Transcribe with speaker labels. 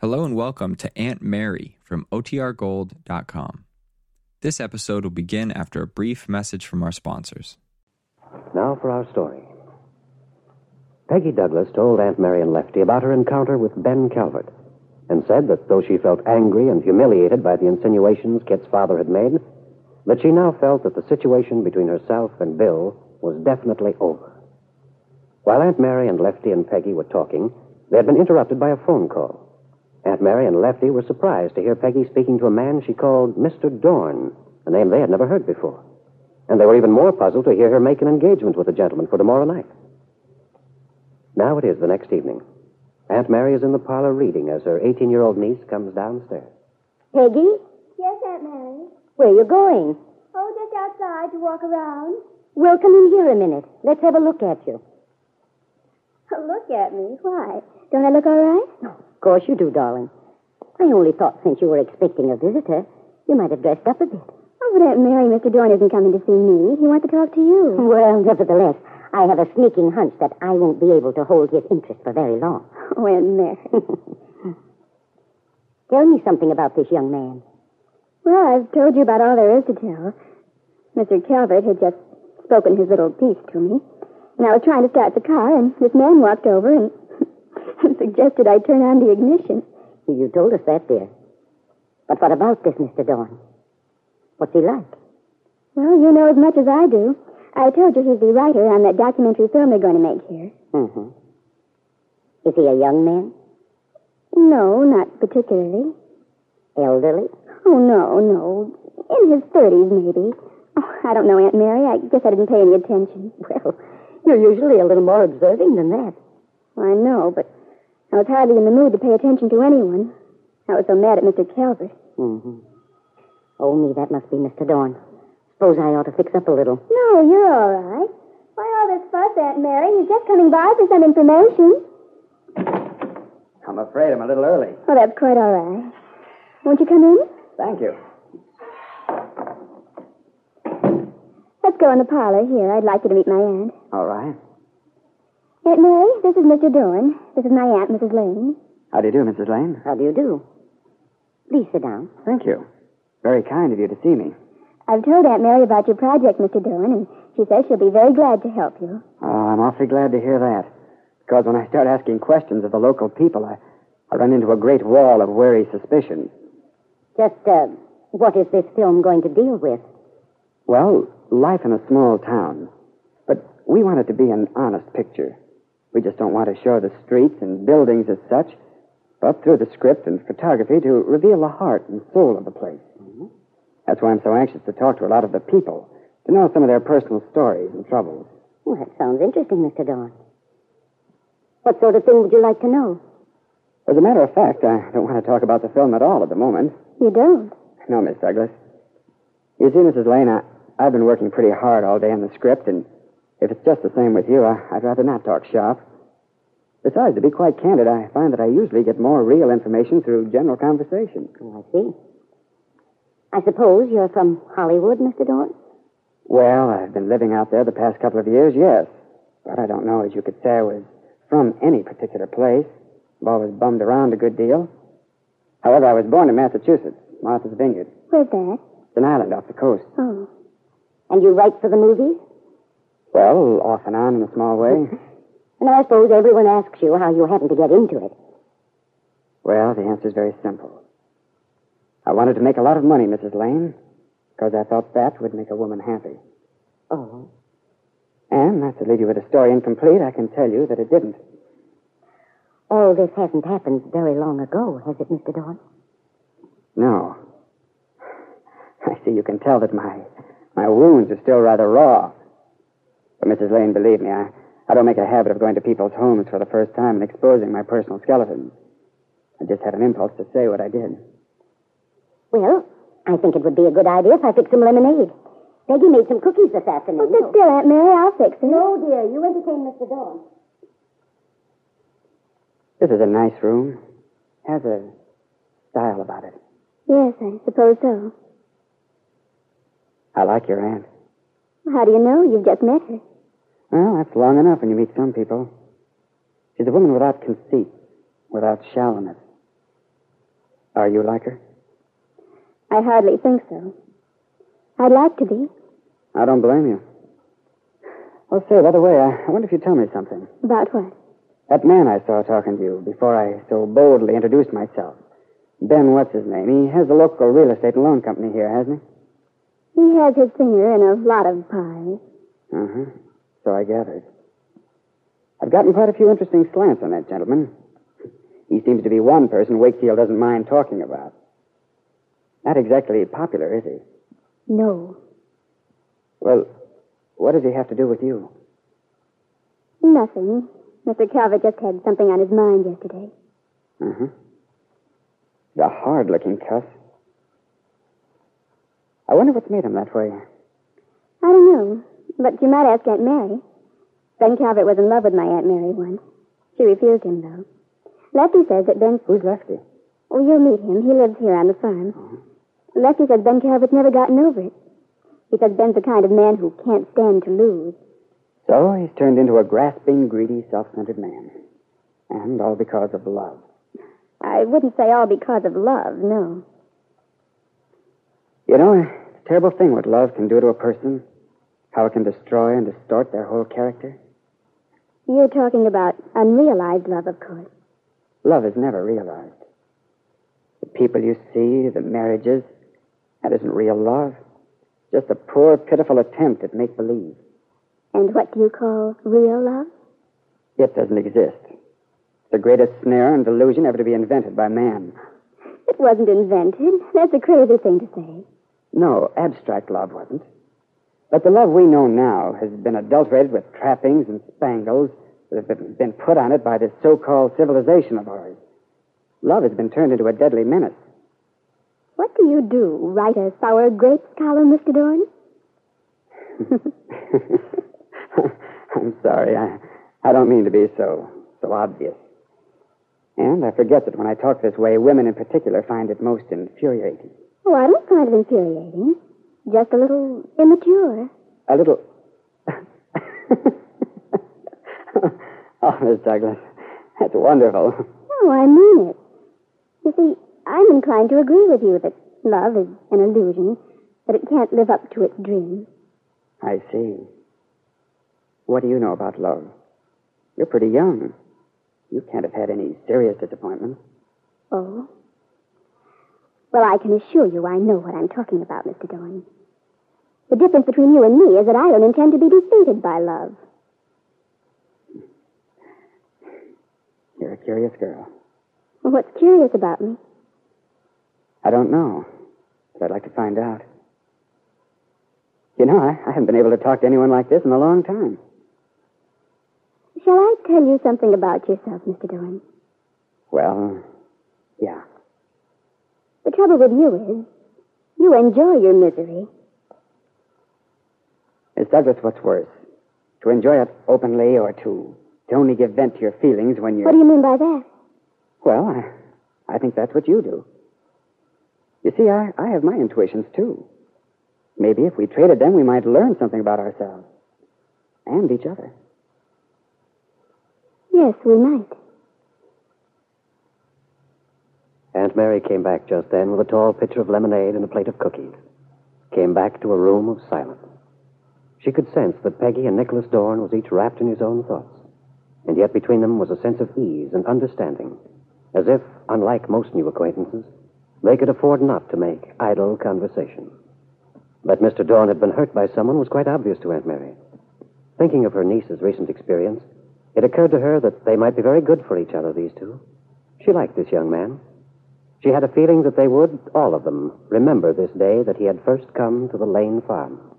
Speaker 1: Hello and welcome to Aunt Mary from OTRGold.com. This episode will begin after a brief message from our sponsors.
Speaker 2: Now for our story. Peggy Douglas told Aunt Mary and Lefty about her encounter with Ben Calvert and said that though she felt angry and humiliated by the insinuations Kit's father had made, that she now felt that the situation between herself and Bill was definitely over. While Aunt Mary and Lefty and Peggy were talking, they had been interrupted by a phone call. Aunt Mary and Lefty were surprised to hear Peggy speaking to a man she called Mr. Dorn, a name they had never heard before. And they were even more puzzled to hear her make an engagement with the gentleman for tomorrow night. Now it is the next evening. Aunt Mary is in the parlor reading as her 18 year old niece comes downstairs.
Speaker 3: Peggy,
Speaker 4: Yes, Aunt Mary.
Speaker 3: where you going?
Speaker 4: Oh, just outside to walk around.
Speaker 3: Well, come in here a minute. Let's have a look at you.
Speaker 4: Look at me. Why? Don't I look all right?
Speaker 3: Of course you do, darling. I only thought since you were expecting a visitor, you might have dressed up a bit.
Speaker 4: Oh, but Aunt Mary, Mr. Dorn isn't coming to see me. He wants to talk to you.
Speaker 3: Well, nevertheless, I have a sneaking hunch that I won't be able to hold his interest for very long.
Speaker 4: Oh, Aunt Mary.
Speaker 3: Tell me something about this young man.
Speaker 4: well, I've told you about all there is to tell. Mr. Calvert had just spoken his little piece to me, and I was trying to start the car, and this man walked over and, and suggested I turn on the ignition.
Speaker 3: You told us that, dear. But what about this Mr. Dorn? What's he like?
Speaker 4: Well, you know as much as I do. I told you he's the writer on that documentary film they're going to make here.
Speaker 3: Mm-hmm. Is he a young man?
Speaker 4: No, not particularly.
Speaker 3: Elderly?
Speaker 4: Oh, no, no. In his 30s, maybe. Oh, I don't know, Aunt Mary. I guess I didn't pay any attention.
Speaker 3: Well, you're usually a little more observing than that.
Speaker 4: I know, but I was hardly in the mood to pay attention to anyone. I was so mad at Mr. Calvert.
Speaker 3: Mm-hmm. Oh, me, that must be Mr. Dorn. Suppose I ought to fix up a little.
Speaker 4: No, you're all right. Why all this fuss, Aunt Mary? He's just coming by for some information.
Speaker 5: I'm afraid I'm a little early.
Speaker 4: Oh, that's quite all right. Won't you come in?
Speaker 5: Thank you.
Speaker 4: Let's go in the parlor here. I'd like you to meet my aunt.
Speaker 5: All right.
Speaker 4: Aunt Mary, this is Mr. Dorn. This is my aunt, Mrs. Lane.
Speaker 5: How do you do, Mrs. Lane?
Speaker 3: How do you do? Please sit down.
Speaker 5: Thank you. Very kind of you to see me.
Speaker 4: I've told Aunt Mary about your project, Mr. Dorn, and she says she'll be very glad to help you.
Speaker 5: Oh, I'm awfully glad to hear that. Because when I start asking questions of the local people, I, I run into a great wall of wary suspicion.
Speaker 3: Just, uh, what is this film going to deal with?
Speaker 5: Well, life in a small town. But we want it to be an honest picture. We just don't want to show the streets and buildings as such, but through the script and photography to reveal the heart and soul of the place. That's why I'm so anxious to talk to a lot of the people, to know some of their personal stories and troubles.
Speaker 3: Well, that sounds interesting, Mr. Dorn. What sort of thing would you like to know?
Speaker 5: As a matter of fact, I don't want to talk about the film at all at the moment.
Speaker 4: You don't?
Speaker 5: No, Miss Douglas. You see, Mrs. Lane, I, I've been working pretty hard all day on the script, and if it's just the same with you, I, I'd rather not talk shop. Besides, to be quite candid, I find that I usually get more real information through general conversation.
Speaker 3: Oh, I see. I suppose you're from Hollywood, Mr. Dorn?
Speaker 5: Well, I've been living out there the past couple of years, yes. But I don't know as you could say I was from any particular place. I've always bummed around a good deal. However, I was born in Massachusetts, Martha's Vineyard.
Speaker 4: Where's that?
Speaker 5: It's an island off the coast.
Speaker 4: Oh.
Speaker 3: And you write for the movies?
Speaker 5: Well, off and on in a small way.
Speaker 3: And I suppose everyone asks you how you happened to get into it.
Speaker 5: well, the answer's very simple. I wanted to make a lot of money, Mrs. Lane, uh, because I thought that would make a woman happy.
Speaker 3: Oh.
Speaker 5: And not to leave you with a story incomplete, I can tell you that it didn't.
Speaker 3: All this hasn't happened very long ago, has it, Mr. Dorn?
Speaker 5: No. I see you can tell that my my wounds are still rather raw. But Mrs. Lane, believe me, I, I don't make a habit of going to people's homes for the first time and exposing my personal skeleton. I just had an impulse to say what I did.
Speaker 3: Well, I think it would be a good idea if I fixed some lemonade. Peggy made some cookies this afternoon.
Speaker 4: Oh, just still, Aunt Mary. I'll fix it.
Speaker 3: No, dear, you entertain Mr. Dawn.
Speaker 5: This is a nice room. Has a style about it.
Speaker 4: Yes, I suppose so.
Speaker 5: I like your aunt.
Speaker 4: How do you know? You've just met her.
Speaker 5: Well, that's long enough when you meet some people. She's a woman without conceit, without shallowness, Are you like her?
Speaker 4: I hardly think so. I'd like to be.
Speaker 5: I don't blame you. Well, say, by the way, I I wonder if you'd tell me something.
Speaker 4: About what?
Speaker 5: That man I saw talking to you before I so boldly introduced myself. Ben, what's his name? He has a local real estate and loan company here, hasn't he?
Speaker 4: He has his finger in a lot of pies.
Speaker 5: Uh huh. So I gathered. I've gotten quite a few interesting slants on that gentleman. He seems to be one person Wakefield doesn't mind talking about. Not exactly popular, is he?
Speaker 4: No.
Speaker 5: Well, what does he have to do with you?
Speaker 4: Nothing. Mr. Calvert just had something on his mind yesterday.
Speaker 5: Uh huh. The hard looking cuss. I wonder what's made him that way.
Speaker 4: I don't know, but you might ask Aunt Mary. Ben Calvert was in love with my Aunt Mary once. She refused him, though. Lefty says that Ben.
Speaker 5: Who's Lefty? Uh-huh.
Speaker 4: Oh, you'll meet him. He lives here on the farm. Lefty says Ben Calvert's never gotten over it. He says Ben's the kind of man who can't stand to lose.
Speaker 5: So he's turned into a grasping, greedy, self centered man. And all because of love.
Speaker 4: I wouldn't say all because of love, no.
Speaker 5: You know, it's a terrible thing what love can do to a person, how it can destroy and distort their whole character.
Speaker 4: You're talking about unrealized love, of course.
Speaker 5: Love is never realized. The people you see, the marriages, that isn't real love. Just a poor, pitiful attempt at make believe.
Speaker 4: And what do you call real love?
Speaker 5: It doesn't exist. It's the greatest snare and delusion ever to be invented by man.
Speaker 4: It wasn't invented. That's a crazy thing to say.
Speaker 5: No, Oh, abstract love wasn't. But the love we know now has been adulterated with trappings and spangles that have been put on it by this so called civilization of ours. Love has been turned into a deadly menace.
Speaker 4: What do you do? Write a sour grapes column, Mr. Dorn?
Speaker 5: I'm sorry, I, I don't mean to be so, so obvious. And I forget that when I talk this way, women in particular find it most infuriating.
Speaker 4: Oh, I don't find it infuriating. Just a little immature.
Speaker 5: A little. oh, Miss Douglas, that's wonderful.
Speaker 4: No, Oh, I mean it. You see, I'm inclined to agree with you that love is an illusion, that it can't live up to its dream.
Speaker 5: I see. What do you know about love? You're pretty young. You can't have had any serious disappointment.
Speaker 4: Oh? Well, I can assure you I know what I'm talking about, Mr. Dorn. The difference between you and me is that I don't intend to be defeated by love.
Speaker 5: You're a curious girl.
Speaker 4: Well, What's curious about me?
Speaker 5: I don't know, but I'd like to find out. You know, I, I haven't been able to talk to anyone like this in a long time.
Speaker 4: Shall I tell you something about yourself, Mr. Dorn?
Speaker 5: Well, yeah.
Speaker 4: The trouble with you is, you enjoy your misery.
Speaker 5: Miss Douglas, what's worse? To enjoy it openly or to, to only give vent to your feelings when you're.
Speaker 4: What do you mean by that?
Speaker 5: Well, I, I think that's what you do. You see, I, I have my intuitions, too. Maybe if we traded them, we might learn something about ourselves and each other.
Speaker 4: Yes, we might.
Speaker 2: Aunt Mary came back just then with a tall pitcher of lemonade and a plate of cookies. Came back to a room of silence. She could sense that Peggy and Nicholas Dorn was each wrapped in his own thoughts, and yet between them was a sense of ease and understanding, as if, unlike most new acquaintances, they could afford not to make idle conversation. That Mr. Dorn had been hurt by someone was quite obvious to Aunt Mary. Thinking of her niece's recent experience, it occurred to her that they might be very good for each other, these two. She liked this young man. She had a feeling that they would, all of them, remember this day that he had first come to the Lane farm.